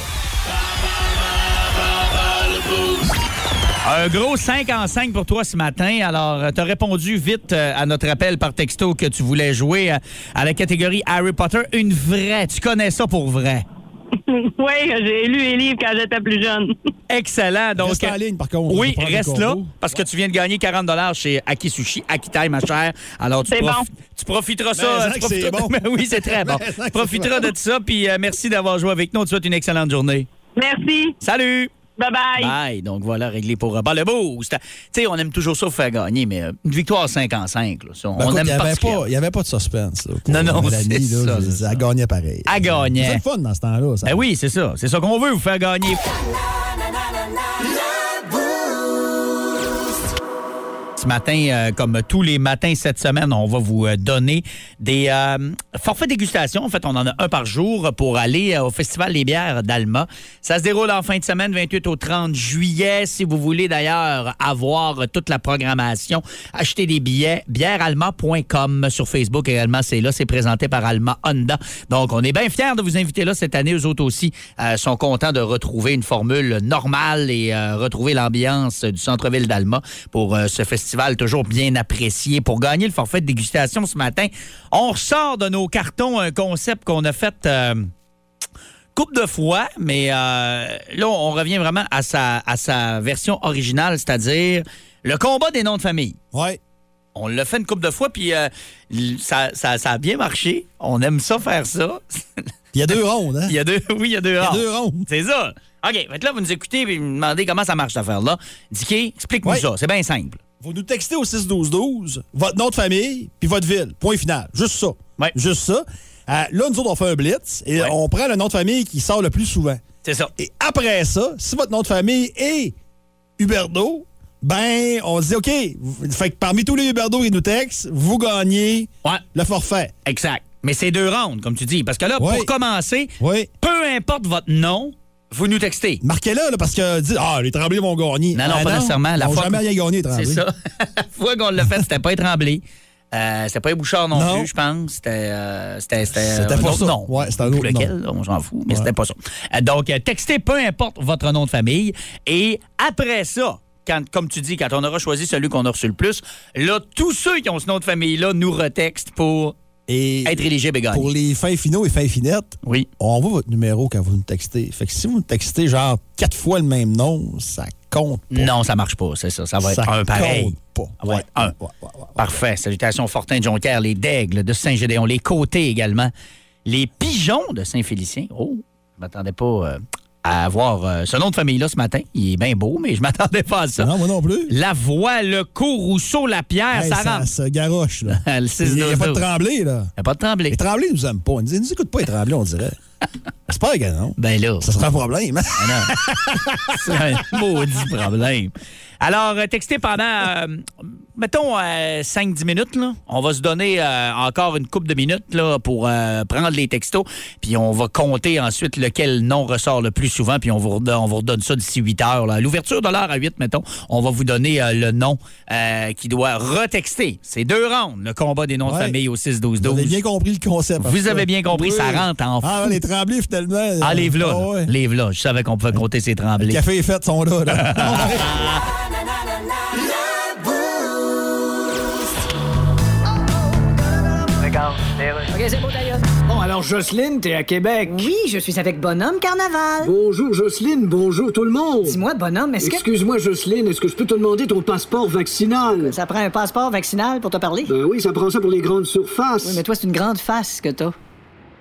B: Un gros 5 en 5 pour toi ce matin. Alors, tu as répondu vite euh, à notre appel par texto que tu voulais jouer à, à la catégorie Harry Potter. Une vraie. Tu connais ça pour vrai.
F: oui, j'ai lu les livres quand j'étais plus jeune.
B: Excellent. Donc,
C: Reste en
B: euh,
C: ligne, par contre.
B: Oui,
C: Je vais prendre
B: reste
C: le
B: là
C: combo.
B: parce que tu viens de gagner 40 chez Aki Sushi, Akitai, ma chère. Alors, tu,
F: C'est
B: profi-
F: bon.
B: tu profiteras ça.
C: Mais
B: tu
C: ça que c'est
B: profiteras-
C: bon.
B: Mais oui, c'est très bon.
C: Mais ça que
B: Tu
C: c'est
B: profiteras
C: bon.
B: de ça. Puis, euh, merci d'avoir joué avec nous. On te souhaite une excellente journée.
F: Merci.
B: Salut!
F: Bye-bye.
B: Bye. Donc voilà, réglé pour Robert le boost. Tu sais, on aime toujours ça vous faire gagner, mais euh, une victoire 55, là, ça, on
C: Ben, écoute,
B: aime
C: il y avait
B: particulièrement.
C: pas. Il n'y avait pas de suspense. là, pour
B: Non, non,
C: Mélanie,
B: c'est
C: là,
B: ça,
C: je veux
B: c'est
C: dire,
B: ça.
C: Elle gagnait pareil.
B: Elle gagnait.
C: C'est le fun dans ce temps-là. ça.
B: Ben oui, c'est ça. C'est ça qu'on veut, vous faire gagner. Ce matin, euh, comme tous les matins cette semaine, on va vous euh, donner des euh, forfaits dégustation. En fait, on en a un par jour pour aller euh, au Festival des bières d'Alma. Ça se déroule en fin de semaine, 28 au 30 juillet. Si vous voulez d'ailleurs avoir toute la programmation, achetez des billets. Bièrealma.com sur Facebook également, c'est là. C'est présenté par Alma Honda. Donc, on est bien fiers de vous inviter là cette année. Eux autres aussi euh, sont contents de retrouver une formule normale et euh, retrouver l'ambiance du centre-ville d'Alma pour euh, ce festival toujours bien apprécié. Pour gagner le forfait de dégustation ce matin, on ressort de nos cartons un concept qu'on a fait... euh, coupe de fois, mais euh, là, on revient vraiment à sa, à sa version originale, c'est-à-dire le combat des noms de famille.
C: Ouais.
B: On l'a fait une coupe de fois, puis euh, l- ça, ça- ça a bien marché. On aime ça faire ça.
C: Il y a deux rondes. Hein?
B: Il y a deux, oui, il y a deux
C: Il y a
B: heures.
C: deux rondes.
B: C'est ça. OK, fait que là, vous nous écoutez et vous me demandez comment ça marche cette affaire-là. Dicky, explique-nous
C: Oui.
B: ça. C'est bien simple.
C: Vous nous textez au 6-12-12, votre nom de famille, puis votre ville. Point final. Juste ça.
B: Ouais.
C: Juste ça. Euh, là, nous autres, on fait un blitz et
B: Ouais.
C: on prend le nom de famille qui sort le plus souvent.
B: C'est ça.
C: Et après ça, si votre nom de famille est Huberdo, ben, on dit OK. vous- Fait que parmi tous les Huberdo et nous textent, vous gagnez
B: Ouais.
C: le forfait.
B: Exact. Mais c'est deux rounds, comme tu dis. Parce que là,
C: Ouais.
B: pour commencer,
C: Oui.
B: peu importe votre nom, vous nous textez.
C: Marquez-le, là, parce que dit, ah, les Tremblés vont gagner.
B: Non, non,
C: Ben
B: pas nécessairement. La
C: ils n'ont
B: fois
C: jamais
B: qu'on-
C: rien gagné, les Tremblés.
B: C'est ça. La fois qu'on l'a fait, c'était pas Tremblay. Euh, c'était pas Bouchard non,
C: Non.
B: plus, je pense. C'était. euh, c'était c'était,
C: C'était
B: euh,
C: pas
B: un autre
C: ça.
B: nom.
C: Ouais, c'était un
B: Je sais
C: autre
B: plus lequel, là, on s'en fout, mais c'était pas ça. Euh, donc, euh, textez peu importe votre nom de famille. Et après ça, quand, comme tu dis, quand on aura choisi celui qu'on a reçu le plus, là, tous ceux qui ont ce nom de famille-là nous retextent pour
C: Et
B: être éligibles et gagner.
C: pour les fins finaux et fins finettes,
B: Oui.
C: on voit votre numéro quand vous nous textez. Fait que si vous nous textez genre quatre fois le même nom, ça compte pas.
B: Non, ça marche pas, c'est ça. Ça va être
C: ça
B: un pareil.
C: compte pas.
B: Ça va
C: Ouais,
B: être un.
C: ouais, ouais, ouais.
B: Parfait. Salutations Fortin de Jonquière, les Daigles de Saint-Gédéon, les Côtés également, les Pigeons de Saint-Félicien. Oh, je m'attendais pas euh, à avoir euh, ce nom de famille-là ce matin. Il est bien beau, mais je m'attendais pas à ça.
C: Non, moi non plus.
B: La Voix, le Courrousseau, la Pierre,
C: Hey,
B: ça,
C: ça
B: rentre.
C: se garoche, là.
B: Le
C: Il n'y a pas de
B: 6-12-12.
C: tremblé, là.
B: Y a pas de trembler.
C: Les tremblés nous aiment pas. Ils nous- ils nous écoutent pas les tremblés, on dirait. J'espère que non.
B: Ben là,
C: Ça sera un problème. hein.
B: c'est un maudit problème. Alors, euh, textez pendant, euh, mettons, euh, 5-10 minutes. Là. On va se donner euh, encore une coupe de minutes là, pour euh, prendre les textos. Puis on va compter ensuite lequel nom ressort le plus souvent. Puis on vous redonne, on vous redonne ça d'ici 8 heures. là. À L'ouverture de l'heure à 8, mettons, on va vous donner euh, le nom euh, qui doit retexter. C'est deux rounds, le combat des noms de
C: Ouais.
B: famille au
C: Vous
B: 6-12-12.
C: avez bien compris le concept.
B: Vous avez bien compris, ça rentre en
C: Ah,
B: fou.
C: les tremblés, finalement.
B: Ah, les v'là,
C: Ah,
B: là.
C: ouais.
B: Les v'là. Je savais qu'on pouvait compter ces
C: Le
B: tremblés.
C: café est fait, sont là. là.
E: Bon, alors Jocelyne, t'es à Québec.
G: Oui, je suis avec Bonhomme Carnaval.
E: Bonjour Jocelyne, bonjour tout le monde.
G: Dis-moi, Bonhomme, est-ce que...
E: Excuse-moi Jocelyne, est-ce que je peux te demander ton passeport vaccinal?
G: Ça prend un passeport vaccinal pour te parler?
E: Ben oui, ça prend ça pour les grandes surfaces.
G: Oui, mais toi, c'est une grande face que t'as.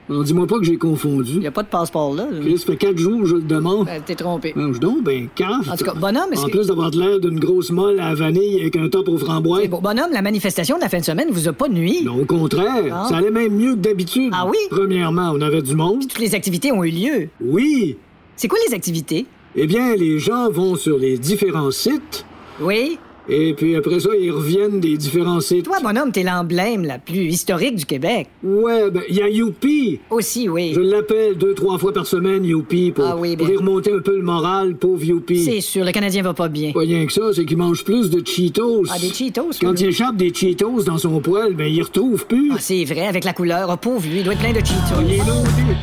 E: Alors, dis-moi pas que j'ai
G: Y
E: confondu.
G: a pas de passeport là.
E: Chris, fait quatre jours que je le demande.
G: Ben, T'es trompé.
E: Ben, je donc, ben, quand?
G: En tout cas, bonhomme, est-ce
E: En
G: que-
E: plus d'avoir de l'air d'une grosse molle à vanille avec un top aux framboises.
G: Mais bon, bonhomme, la manifestation de la fin de semaine vous a pas nuit.
E: Non, Ben, au contraire,
G: Ah.
E: ça allait même mieux que d'habitude.
G: Ah oui?
E: Premièrement, on avait du monde.
G: Toutes les activités ont eu lieu.
E: Oui.
G: C'est quoi les activités?
E: Eh bien, les gens vont sur les différents sites,
G: Oui?
E: et puis après ça, ils reviennent des différents sites.
G: Toi, Bonhomme, t'es l'emblème la plus historique du Québec.
E: Ouais, ben, il y a Youpi.
G: Aussi, oui.
E: Je l'appelle deux, trois fois par semaine, Youpi, pour,
G: Ah oui,
E: pour
G: bien.
E: y remonter un peu le moral, pauvre Youpi.
G: C'est sûr, le Canadien va pas bien.
E: Pas rien que ça, c'est qu'il mange plus de Cheetos.
G: Ah, des Cheetos?
E: Quand
G: lui.
E: il échappe des Cheetos dans son poêle, ben, il retrouve plus.
G: Ah, c'est vrai, avec la couleur. Ah, pauvre lui, il doit être plein de Cheetos.
E: Il est lourd, lui.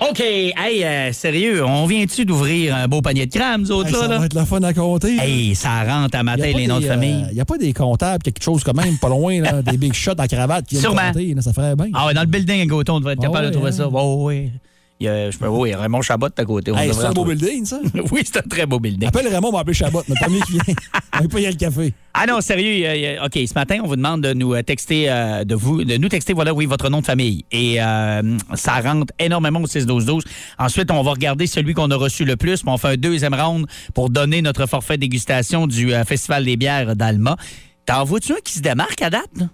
B: OK. Hey, euh, sérieux, on vient-tu d'ouvrir un beau panier de crème, nous autres,
C: Hey, ça
B: là? là?
C: va être la fun à compter.
B: Hey, ça rentre à
C: Y a
B: matin
C: pas
B: les noms de
C: des,
B: famille.
C: euh, y a pas des comptables, quelque chose quand même, pas loin, là, des big shots en cravate qui viennent
B: Sûrement.
C: compter, là, ça ferait bien.
B: Ah ouais, dans le building à côté, on devrait être
C: Ah
B: capable
C: ouais,
B: de trouver
C: hein?
B: ça. Oh, oui. Il y a, je peux, oui, Raymond Chabot de à côté. on
C: Hey,
B: devrait
C: c'est un
B: en
C: beau
B: trouver.
C: building, ça?
B: Oui, c'est un très beau building.
C: Appelle Raymond, on va appeler Chabot, notre premier qui vient. On va pas y aller le café.
B: Ah non, sérieux, il y a- il y a- OK, ce matin, on vous demande de nous euh, texter, euh, de vous, de nous texter, voilà, oui, votre nom de famille. Et euh, ça rentre énormément au 6-12-12. Ensuite, on va regarder celui qu'on a reçu le plus, puis on fait un deuxième round pour donner notre forfait dégustation du euh, Festival des bières d'Alma. T'en vois-tu un qui se démarque à date, là?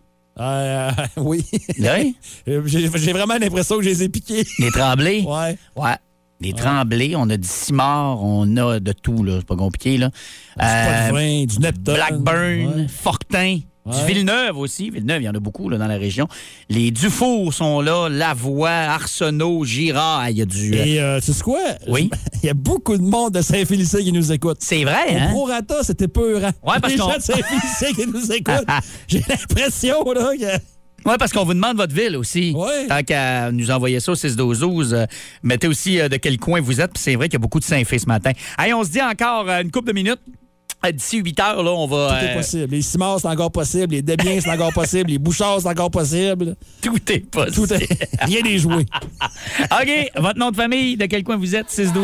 C: Euh, oui.
B: Là, hein?
C: Euh, J'ai j'ai vraiment l'impression que je les ai piqués.
B: Les Tremblés?
C: Ouais.
B: Ouais. Les Tremblés, on a du Simard, on a de tout, là. C'est pas compliqué, là.
C: pas
B: Euh,
C: de vin, du Neptune.
B: Blackburn,
C: Ouais.
B: Fortin,
C: Ouais.
B: du Villeneuve aussi. Villeneuve, il y en a beaucoup là, dans la région. Les Dufour sont là, Lavoie, Arsenault, Girard. Ah, Il y a du. euh,
C: Et euh, tu sais quoi?
B: Oui.
C: Il y a beaucoup de monde de Saint-Félicien qui nous écoute.
B: C'est vrai,
C: Au
B: hein?
C: Prorata, c'était peurant.
B: Ouais, parce
C: Les
B: qu'on-
C: gens de Saint-Félicien qui nous écoutent. J'ai l'impression, là,
B: Euh.
C: que...
B: Oui, parce qu'on vous demande votre ville aussi.
C: Ouais.
B: Tant qu'à nous envoyer ça au 6-12-12, euh, mettez aussi euh, de quel coin vous êtes. Puis c'est vrai qu'il y a beaucoup de Saint-Fé ce matin. Allez, on se dit encore euh, une couple de minutes. Euh, D'ici 8 heures, là, on va.
C: Tout est
B: euh,
C: possible. Les Simons, c'est encore possible. Les Debiens, c'est encore possible. Les Bouchards, c'est encore possible.
B: tout est possible.
C: Tout est... Rien n'est joué.
B: OK, votre nom de famille, de quel coin vous êtes? 6-12-12.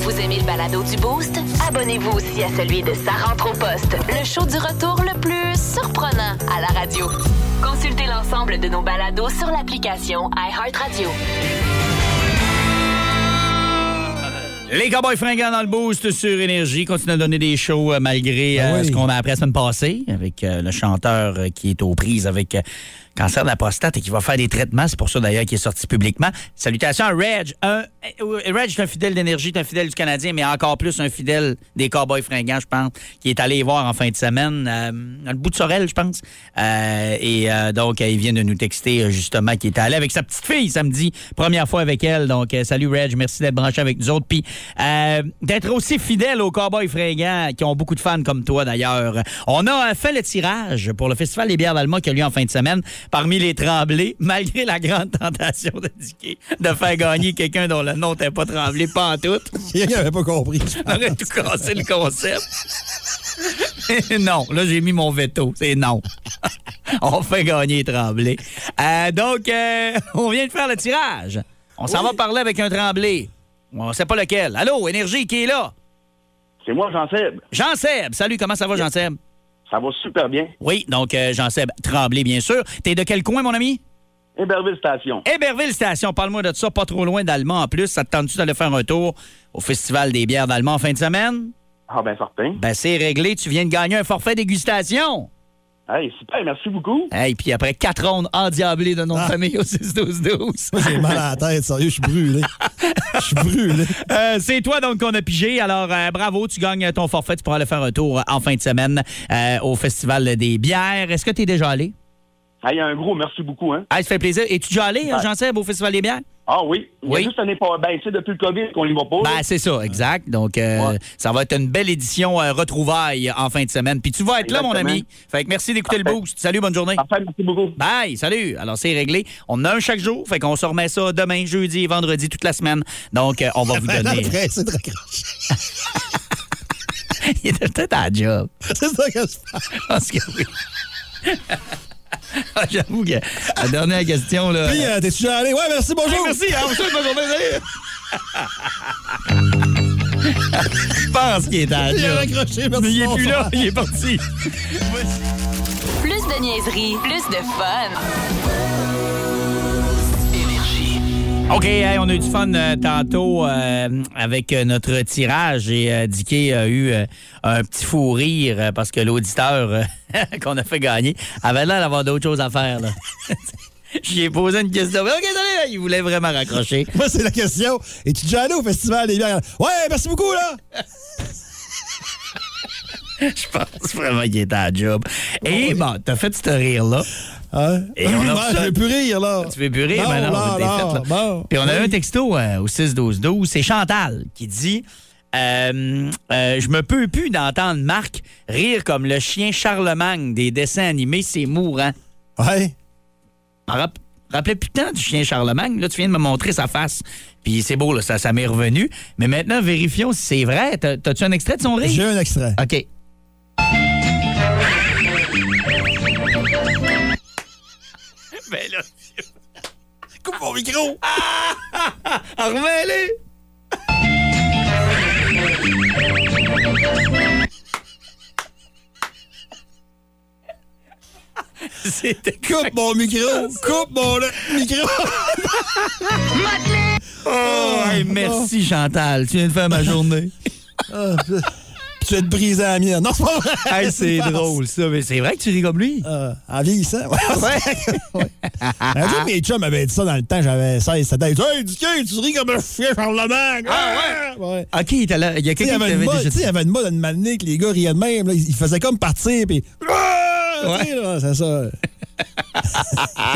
D: Vous aimez le balado du Boost? Abonnez-vous aussi à celui de Sa rentre au poste, le show du retour le plus surprenant à la radio. Consultez l'ensemble de nos balados sur l'application iHeartRadio.
B: Les Cowboys fringants dans le boost sur Énergie continuent à donner des shows euh, malgré euh,
C: Ah oui.
B: ce qu'on a appris la semaine passée avec euh, le chanteur euh, qui est aux prises avec euh, cancer de la prostate et qui va faire des traitements. C'est pour ça d'ailleurs qu'il est sorti publiquement. Salutations à Reg. Un, euh, Reg est un fidèle d'Énergie, est un fidèle du Canadien, mais encore plus un fidèle des Cowboys fringants, je pense, qui est allé voir en fin de semaine euh, à le bout de Sorel, je pense. Euh, et euh, donc, euh, il vient de nous texter euh, justement qu'il est allé avec sa petite fille samedi, première fois avec elle. Donc, euh, salut Reg, merci d'être branché avec nous autres. Puis euh, d'être aussi fidèle aux Cowboys fringants qui ont beaucoup de fans comme toi d'ailleurs. On a euh, fait le tirage pour le Festival des bières d'Alma qui a lieu en fin de semaine parmi les tremblés, malgré la grande tentation de Dicky de faire gagner quelqu'un dont le nom n'était pas tremblé, pas en tout.
C: Il n'avait pas compris.
B: On aurait tout cassé le concept. non, là, j'ai mis mon veto. C'est non. on fait gagner Tremblay. Euh, donc, euh, on vient de faire le tirage. On s'en va parler avec un Tremblay. On sait pas lequel. Allô, Énergie, qui est là?
H: C'est moi, Jean-Seb.
B: Jean-Seb. Salut, comment ça va, Jean-Seb?
H: Ça va super bien.
B: Oui, donc, euh, Jean-Seb Tremblay, bien sûr. T'es de quel coin, mon ami?
H: Héberville Station.
B: Héberville Station, parle-moi de ça, pas trop loin d'Allemand en plus. Ça te tente-tu d'aller faire un tour au Festival des bières d'Allemand en fin de semaine?
H: Ah, ben, certain.
B: Ben, c'est réglé. Tu viens de gagner un forfait dégustation.
H: Hey, super, merci beaucoup.
B: Hey, puis après quatre rondes endiablées de nom de famille au 6-12-12.
C: Moi, j'ai mal à la tête, sérieux, je suis brûlé. Je suis brûlé.
B: Euh, c'est toi donc qu'on a pigé. Alors euh, bravo, tu gagnes ton forfait. Tu pourras aller faire un tour euh, en fin de semaine euh, au Festival des bières. Est-ce que tu es déjà allé?
H: Hey, un gros merci beaucoup, hein.
B: Ah, ça fait plaisir. Es-tu déjà allé, euh, Jean-Seb, au Festival des bières?
H: Ah oui. Il y a
B: Oui.
H: juste un pas. Ben, c'est depuis le COVID qu'on y va pas.
B: Ben,
H: là.
B: c'est ça, exact. Donc, euh,
H: Ouais.
B: ça va être une belle édition euh, retrouvaille en fin de semaine. Puis tu vas être là, mon
H: Exactement.
B: ami. Fait que merci d'écouter le
H: Parfait.
B: boost. Salut, bonne journée.
H: Parfait, merci beaucoup.
B: Bye, salut. Alors, c'est réglé. On en a un chaque jour. Fait qu'on se remet ça demain, jeudi et vendredi, toute la semaine. Donc, euh, on va vous donner.
C: Après, c'est très grave.
B: Il était peut-être à la job.
C: C'est ça que je fais.
B: Je pense que oui. Ah, J'avoue que la dernière question, là.
C: Puis, euh, t'es toujours allé? Ouais, merci, bonjour.
B: Hey, merci, hein, on se souhaite bonne journée, salut. Je pense qu'il est à la
C: Il a
B: job.
C: raccroché, merci.
B: Mais il est plus
C: bonsoir.
B: là, il est parti.
D: Plus de niaiserie, plus de fun.
B: OK, hey, on a eu du fun euh, tantôt euh, avec euh, notre tirage et euh, Dicky a eu euh, un petit fou rire euh, parce que l'auditeur euh, qu'on a fait gagner avait l'air d'avoir d'autres choses à faire. là. J'y ai posé une question. OK, allez, il voulait vraiment raccrocher.
C: Moi, c'est la question. Es-tu déjà allé au Festival des bières? Ouais, merci beaucoup, là.
B: Je pense vraiment Oh, qu'il était à la job. Et bon, t'as fait ce rire-là.
C: Hein?
B: Et on a
C: Ouais,
B: reçu-
C: je veux plus rire, là.
B: Tu veux plus rire?
C: Non,
B: Ben non,
C: non,
B: t'es
C: non,
B: fait, là.
C: bon.
B: Puis on a eu un texto euh, au 6-12-12. C'est Chantal qui dit euh, euh, Je me peux plus d'entendre Marc rire comme le chien Charlemagne des dessins animés, c'est mourant.
C: Ouais.
B: Ah, rap- Rappelais putain du chien Charlemagne, là tu viens de me montrer sa face. Puis c'est beau, là, ça, ça m'est revenu. Mais maintenant, vérifions si c'est vrai. T'as- T'as-tu un extrait de son rire?
C: J'ai un extrait.
B: OK. Ben là, coupe mon micro. Ah, remets-les. C'était
C: Coupe mon micro! Coupe mon le- micro!
B: Oh, hey, merci Chantal, tu viens de faire ma journée.
C: Ah, tu vas te briser à la mienne. Non, c'est pas vrai!
B: hey, c'est
C: Passe.
B: drôle ça, mais c'est vrai que tu ris comme lui.
C: Euh, en vieillissant. Ouais. Ouais. Un jour, mes chums m'avaient dit ça dans le temps, j'avais 16, 7 ans. Ils disaient, Hey, Dicky, tu ris comme un chien Charlemagne! Ah ouais! ouais.
B: OK, il était là. il y a
C: Tu sais, Il
B: quelqu'un
C: y
B: qui
C: avait une
B: t'avait
C: mode,
B: déjà
C: tu sais, il y
B: dit.
C: avait une mode à une matinée que les gars riaient de même. là. Ils ils faisaient comme partir, puis... Ah! Tu sais, là, C'est ça.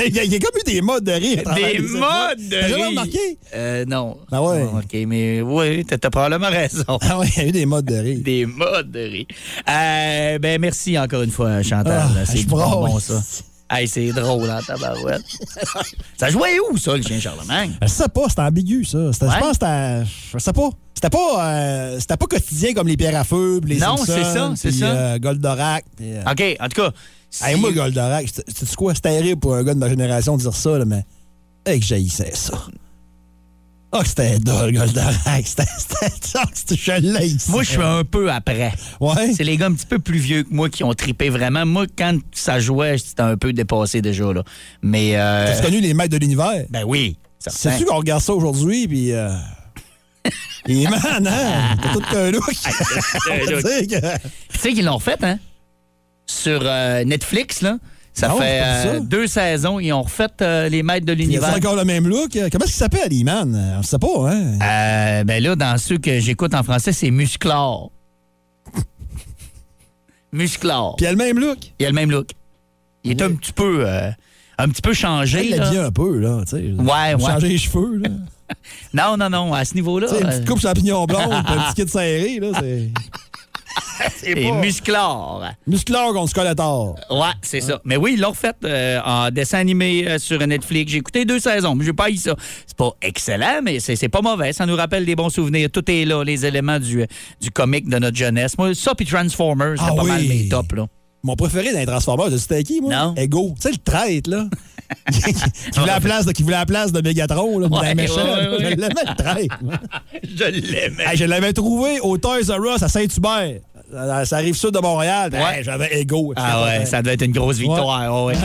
C: il, y a, il y a comme eu des modes de rire. à travers
B: Des
C: les
B: modes
C: époques.
B: de
C: T'as jamais
B: rire.
C: remarqué?
B: Euh, non.
C: Ah ouais.
B: Non, OK, mais oui, t'as t'as probablement raison.
C: Ah ouais, il y a eu des modes de rire.
B: Des modes de rire. Euh, ben, merci encore une fois, Chantal.
C: Ah,
B: c'est
C: je
B: du bonbon,
C: braille.
B: ça. Hey, c'est drôle, hein, tabarouette. ça jouait où, ça, le chien Charlemagne?
C: Je sais Ben, pas, c'était ambigu, ça. C'était-
B: Ouais.
C: Je pense que c'était. Je sais pas. C'était pas, euh, c'était pas quotidien comme les pierres à feu, puis les
B: Non,
C: Simpsons,
B: c'est ça, c'est
C: puis,
B: ça. Ah,
C: euh, Goldorak. puis, euh,
B: OK, en tout cas. si-
C: hey, moi, Goldorak, c'est quoi? C'était terrible pour un gars de ma génération de dire ça, là, mais. Hey, que j'haïssais ça. Ah, que c'était dole, Goldorak. C'était. C'était. ah, que c'était- Je l'haïssais.
B: moi, je suis un peu après.
C: Ouais.
B: C'est les gars un petit peu plus vieux que moi qui ont tripé vraiment. Moi, quand ça jouait, j'étais un peu dépassé déjà, là. Mais. euh,
C: T'as connu les maîtres de l'univers?
B: ben oui. certain.
C: C'est sûr qu'on regarde ça aujourd'hui, puis. euh, Et man, hein? T'as tout un look.
B: un look.
C: Tu sais que-
B: Puis tu sais qu'ils l'ont refait, hein? Sur euh, Netflix, là. Ça
C: Non,
B: fait
C: j'ai pas vu
B: euh,
C: ça.
B: deux saisons. Ils ont refait euh, les maîtres de
C: Il a
B: l'univers.
C: encore le même look. Comment est-ce qu'il s'appelle, Iman? On sait pas, hein?
B: Euh, ben là, dans ceux que j'écoute en français, c'est Musclor. Musclor.
C: Puis il a le même look.
B: Il a le même look. Il est un petit peu, euh, un petit peu changé.
C: Il l'a hein.
B: là.
C: bien un peu, là. tu sais.
B: Ouais, ouais.
C: Changer les cheveux, là.
B: Non, non, non, à ce niveau-là.
C: Tu sais, une
B: euh,
C: petite coupe champignon blonde, puis un petit kit serré, là. C'est.
B: c'est Musclor.
C: Musclor contre Skeletor.
B: Ouais, c'est ça. Mais oui, ils l'ont refait euh, en dessin animé euh, sur Netflix. J'ai écouté deux saisons, mais j'ai pas eu ça. C'est pas excellent, mais c'est c'est pas mauvais. Ça nous rappelle des bons souvenirs. Tout est là, les éléments du, euh, du comique de notre jeunesse. Moi, ça puis Transformers, c'était
C: Ah
B: pas
C: oui.
B: mal mes tops, là.
C: Mon préféré dans les Transformers, je sais c'était qui, moi?
B: Non.
C: Ego. Tu sais, le traître, là. qui, voulait la place de, qui voulait la place de Megatron, là, dans
B: Ouais,
C: la méchante.
B: ouais, ouais, ouais.
C: Je l'aimais, le traître.
B: Je l'aimais.
C: Hey, je l'avais trouvé au Toys R Us à Saint-Hubert. Ça, ça arrive sud de Montréal.
B: Ouais.
C: Hey, J'avais Ego.
B: Ah ouais, ça devait être une grosse victoire. ouais, ouais.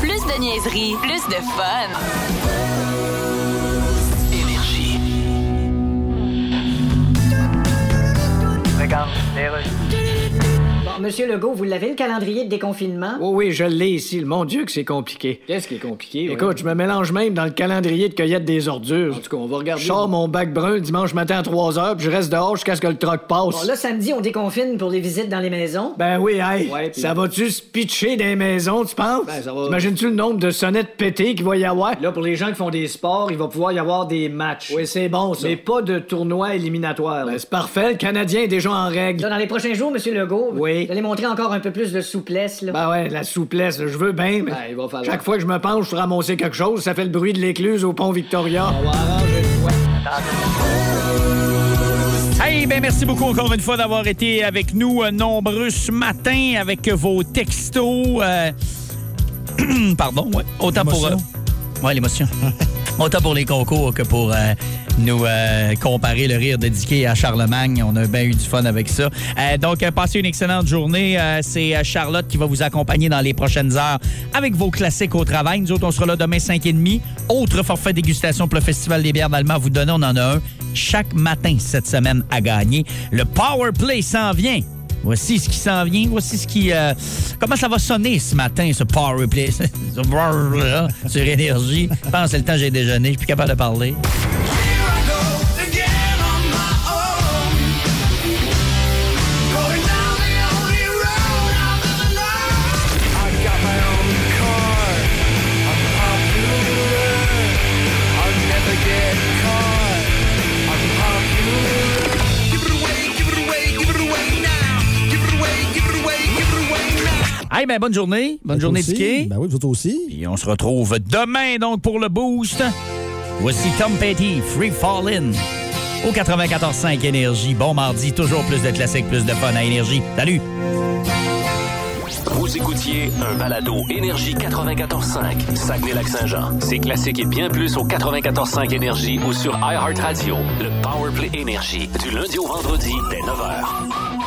D: Plus de niaiserie, plus de fun.
A: Énergie.
G: Bon, Monsieur Legault, vous l'avez le calendrier de déconfinement?
E: Oh oui, je l'ai ici. Mon Dieu que c'est compliqué. Qu'est-ce qui est compliqué? Écoute, je me mélange même dans le calendrier de cueillette des ordures. En tout cas, on va regarder. Je sors mon bac brun le dimanche matin à 3 h, puis je reste dehors jusqu'à ce que le truck passe.
G: Bon, là, samedi, on déconfine pour les visites dans les maisons.
E: Ben oui, hey,
I: Ouais, puis-
E: ça va-tu se pitcher des maisons, tu penses?
I: Ben, ça va-
E: Imagines-tu le nombre de sonnettes pétées qu'il va y avoir? Là, pour les gens qui font des sports, il va pouvoir y avoir des matchs. Oui, c'est bon, ça. Mais pas de tournoi éliminatoire. Ben, c'est parfait, le Canadien est déjà en règle.
G: Là, dans les prochains jours, Monsieur Legault,
E: Oui.
G: vous allez montrer encore un peu plus de souplesse. Là.
E: Ben ouais, la souplesse, je veux bien, mais
I: Ben, il va falloir.
E: chaque fois que je me penche pour ramasser quelque chose, ça fait le bruit de l'écluse au pont Victoria.
B: Hey, ben merci beaucoup encore une fois d'avoir été avec nous euh, nombreux ce matin avec vos textos. euh, Pardon, ouais. Autant pour.
C: L'émotion.
B: euh, Ouais, l'émotion. Autant pour les concours que pour euh, nous euh, comparer le rire dédié à Charlemagne. On a bien eu du fun avec ça. Euh, donc, euh, passez une excellente journée. Euh, C'est euh, Charlotte qui va vous accompagner dans les prochaines heures avec vos classiques au travail. Nous autres, on sera là demain 5h30. Autre forfait dégustation pour le Festival des bières d'Allemagne à vous donner. On en a un chaque matin cette semaine à gagner. Le Power Play s'en vient. Voici ce qui s'en vient. Voici ce qui. euh, comment ça va sonner ce matin, ce power play? Ce brrrr, là, sur énergie. Je pense que c'est le temps que j'ai déjeuné. Je suis plus capable de parler. Hey, ben, bonne journée. Bonne journée, Dicky.
C: Ben oui, vous autres aussi.
B: Et on se retrouve demain, donc, pour le boost. Voici Tom Petty, Free Fallin'. Au 94.5 Énergie. Bon mardi, toujours plus de classiques, plus de fun à Énergie. Salut!
A: Vous écoutiez un balado Énergie 94.5, Saguenay-Lac-Saint-Jean. C'est classique et bien plus au 94.5 Énergie ou sur iHeartRadio. Le Powerplay Énergie, du lundi au vendredi, dès 9h.